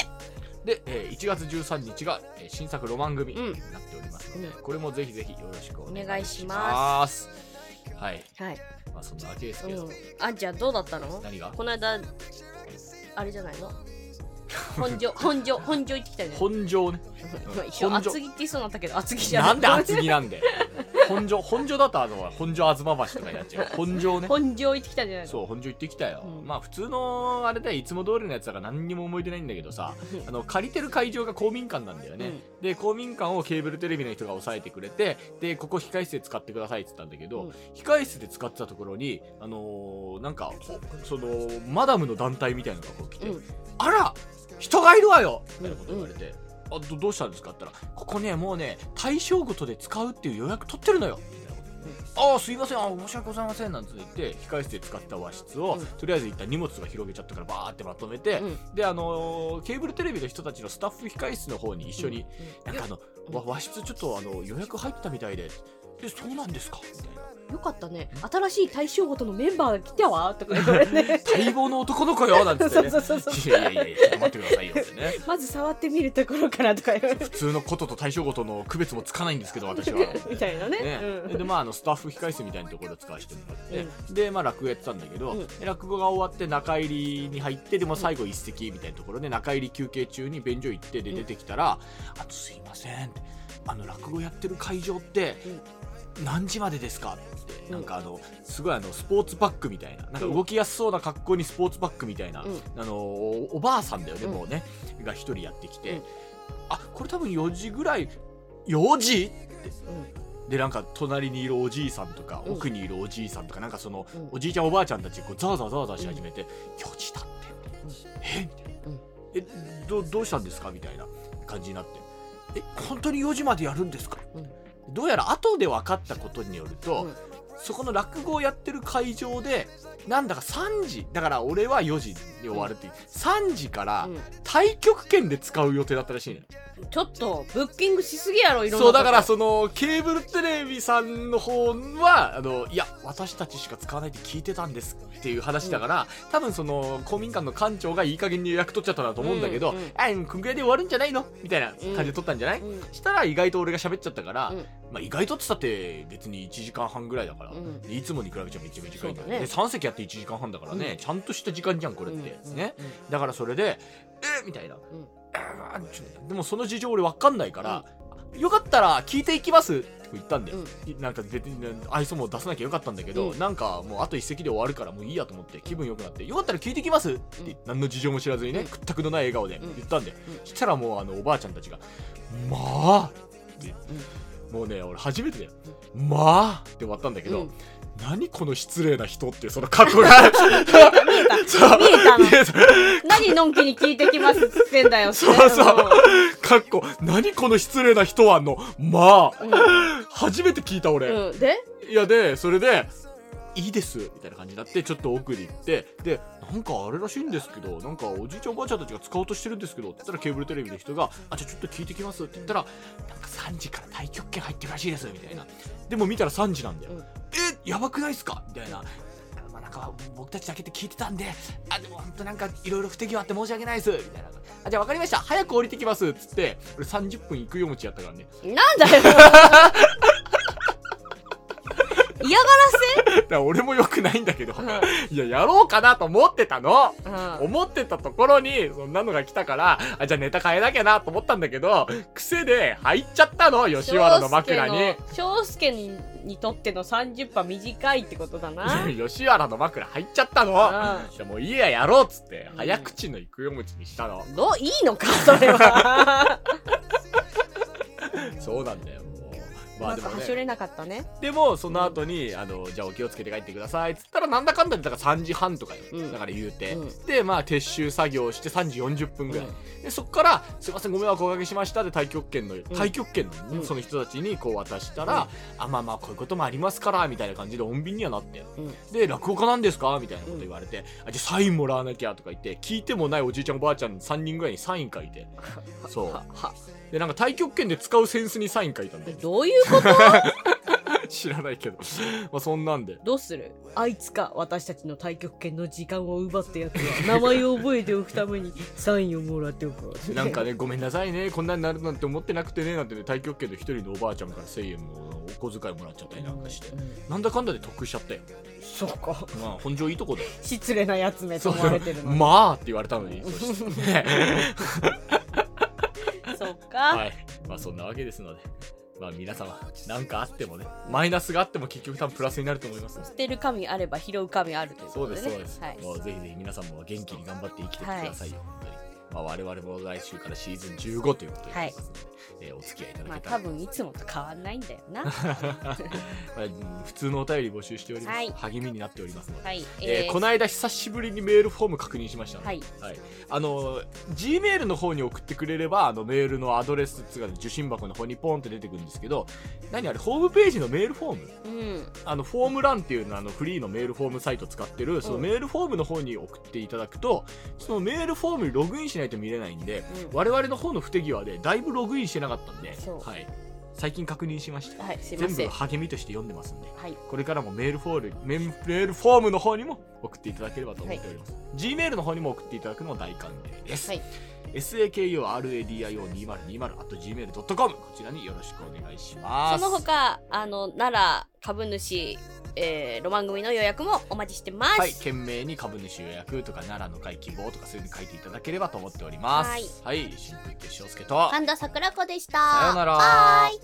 で、えー1月13日が、えー新作ロマン組にうなんっておりますので、うこれもぜひぜひよろしくおお願願いいしします。はい、はい、まあそんなわけですけど、うん、あんちゃんどうだったの何がこの間あれじゃない の本庄本庄本庄行ってきたじゃん本庄ね。今一緒本庄厚木って言いそうになったけど厚木じゃ なんで厚い木なんで。本庄、本庄だとあの本庄東橋とかになっちゃう。本庄 ね。本庄行ってきたじゃないのそう本庄行ってきたよ、うんまあ普通のあれだよいつも通りのやつだから何にも思い出ないんだけどさあの借りてる会場が公民館なんだよね、で公民館をケーブルテレビの人が押さえてくれてでここ控室で使ってくださいって言ったんだけど、うん控室で使ってたところにあのーなんかおそのマダムの団体みたいなのがこう来て「うんあら人がいるわよ!」みたいなこと言われて。あどどうしたんですかって言ったら「ここねもうね対象ごとで使うっていう予約取ってるのよ」みたいなこと言ってああすいませんあー申し訳ございません」なんて言って控室で使った和室を、うんとりあえず一旦荷物が広げちゃったからバーってまとめて、うんであのーケーブルテレビの人たちのスタッフ控室の方に一緒に、うんなんかあうの、んわ和室ちょっとあの予約入ったみたいででそうなんですかみたいなよかったね新しい大正ごとのメンバーが来たわとか言われてね待望の男の子よなんつそっうてそねうそうそ ういやいやいやちょっと待ってくださいよってねまず触ってみるところからとか言われて普通のことと対象ごとの区別もつかないんですけど 私はみたいなねねうんでまああのスタッフ控室みたいなところを使わせてもらって、でまあ落語やってたんだけど、うんで落語が終わって中入りに入ってでも最後一席みたいなところで中入り休憩中に便所行ってでうん出てきたら「あのすいません」ってあの落語やってる会場って何時までですか?」って、うんなんかあのすごいあのスポーツバッグみたいななんか動きやすそうな格好にスポーツバッグみたいな、うんあのおおばあさんだよね、うんもうねが一人やってきて、うんあこれ多分4時ぐらい4時うでなんか隣にいるおじいさんとか、うん奥にいるおじいさんとかなんかその、うんおじいちゃんおばあちゃんたちこうザワザワザワザワし始めて「4時だって」えみたいな「えどどうしたんですか?」みたいな感じになって「え本当に4時までやるんですかうんどうやら後で分かったことによると、うんそこの落語をやってる会場でなんだか3時だから俺は4時に終わるって言って3時からう対局券で使う予定だったらしいねんちょっとブッキングしすぎやろいろんなそうだからそそのケーブルテレビさんの方はあのいや私たちしか使わないって聞いてたんですっていう話だから、多分その公民館の館長がいい加減に予約取っちゃったなと思うんだけうど、んうんあうんこんぐらいで終わるんじゃないのみたいな感じで取ったんじゃない、うんしたら意外と俺が喋っちゃったから、うんまあ、意外とって言ったって別に1時間半ぐらいだから、うんいつもに比べちゃめっちゃ短いんだそようだねで3席やって1時間半だからね、うちゃんとした時間じゃんこれって、うんねうんだからそれで「えーみたいな、んあーちょっとでもその事情俺わかんないから、よかったら聞いていきます」って言ったんだよ、なんか別に愛想も出さなきゃよかったんだけど、うんなんかもうあと一席で終わるからもういいやと思って気分よくなって「よかったら聞いてきます」って何の事情も知らずにね、うん屈託のない笑顔でうん言ったんで、うんそしたらもうあのおばあちゃんたちが「まあ」って、もうね俺初めてだよ「まあ」って終わったんだけど、うん何この失礼な人っていうその過去が見えた そう見えたの見えた何のんきに聞いてきますっつってんだよそうそうそのかっこ何この失礼な人はのまあ、うん初めて聞いた俺、うんでいやでそれで「いいです」みたいな感じになってちょっと奥に行ってでなんかあれらしいんですけどなんかおじいちゃんおばあちゃんたちが使おうとしてるんですけどって言ったらケーブルテレビの人が「あじゃあちょっと聞いてきます」って言ったら「なんか3時から太極拳入ってるらしいです」みたいなでも見たら3時なんだよ「うんえやばくないっすか?」みたいな。まあなんか僕たちだけって聞いてたんで、あ、でも本当なんかいろいろ不手際あって申し訳ないです、みたいな。あ、じゃあ分かりました、早く降りてきます、っつって、俺30分行くよ持ちやったからね。なんだ よ嫌がだから俺も良くないんだけど、いや、やろうかなと思ってたの。らせ、うん、思ってたところに、そんなのが来たから、あ、じゃあネタ変えなきゃなと思ったんだけど、癖で入っちゃったの、吉原の枕に。い翔介ににとっての30分短いってことだなや 吉原の枕入っちゃったうの。じゃあもういいや、やろうっつってう、ん早口の行くよもちにしたの。どういいのか それはそうなんだよ、もう。まあなんでかもはしょね、れなかったねでもその後に、あの、じゃあお気をつけて帰ってくださいっつったら、なんだかんだで、だから3時半とかよ。うんだから言うて。うんで、まあ撤収作業して3時40分ぐらい。うんでそこから「すいませんご迷惑をおかけしました」で太極拳の太極拳うの、んその人たちにこう渡したら「あまあまあこういうこともありますから」みたいな感じで穏便にはなって、うんで「落語家なんですか?」みたいなこと言われて「あじゃあサインもらわなきゃ」とか言って聞いてもないおじいちゃんおばあちゃん3人ぐらいにサイン書いてそうははでなんか太極拳で使うセンスにサイン書いたんでどういうこと 知らないけどまあそんなんでどうするあいつか私たちの太極拳の時間を奪ったやつは名前を覚えておくためにサインをもらっておこうなんかね、ごめんなさいね、こんなになるなんて思ってなくてね、なんてね、太極拳の一人のおばあちゃんから1000円のお小遣いもらっちゃったりなんかして、なんだかんだで得しちゃったよ。そうかまあ、本庄いいとこだよ。失礼なやつめと思われてるのまあって言われたのに、そしてねそっか、はい。まあ、そんなわけですので、まあ、皆様、なんかあってもね、マイナスがあっても結局多分プラスになると思いますので捨てる神あれば拾う神あるというそこうとで、ですねそうです。はいもうぜひぜひ皆さんも元気に頑張って生きてってくださいよ、本当に。まあ、我々も来週からシーズン15ということで、はいえーお付き合いいただまあけた多ら分いつもと変わんないんだよ なまあうん普通のお便り募集しております、はい励みになっておりますので、はいえーこの間久しぶりにメールフォーム確認しましたので、はいあの G メールの方に送ってくれればあのメールのアドレスつうか受信箱の方にポンって出てくるんですけど何あれホームページのメールフォームうんあのフォーム欄っていうのあのフリーのメールフォームサイト使ってるそのメールフォームの方に送っていただくとそのメールフォームにログインしないと見れないんでうん我々の方の不手際でだいぶログインしてなかったんで、そうはい、最近確認しましたはいすいま全せん部励みとして読んでますんで、はいこれからもメールフォールメンメールフォームの方にも送っていただければと思っております、G メールの方にも送っていただくのも大歓迎です、はい sakuradio2020.gmail.com こちらによろしくお願いしまそのす他あの奈良株主、えー、ロマン組の予約もお待ちしてますはい、懸命に株主予約とか奈良の会希望とかそういうの書いていただければと思っております。はい、新風景翔介と、さ神田桜子でしたようなら。はーい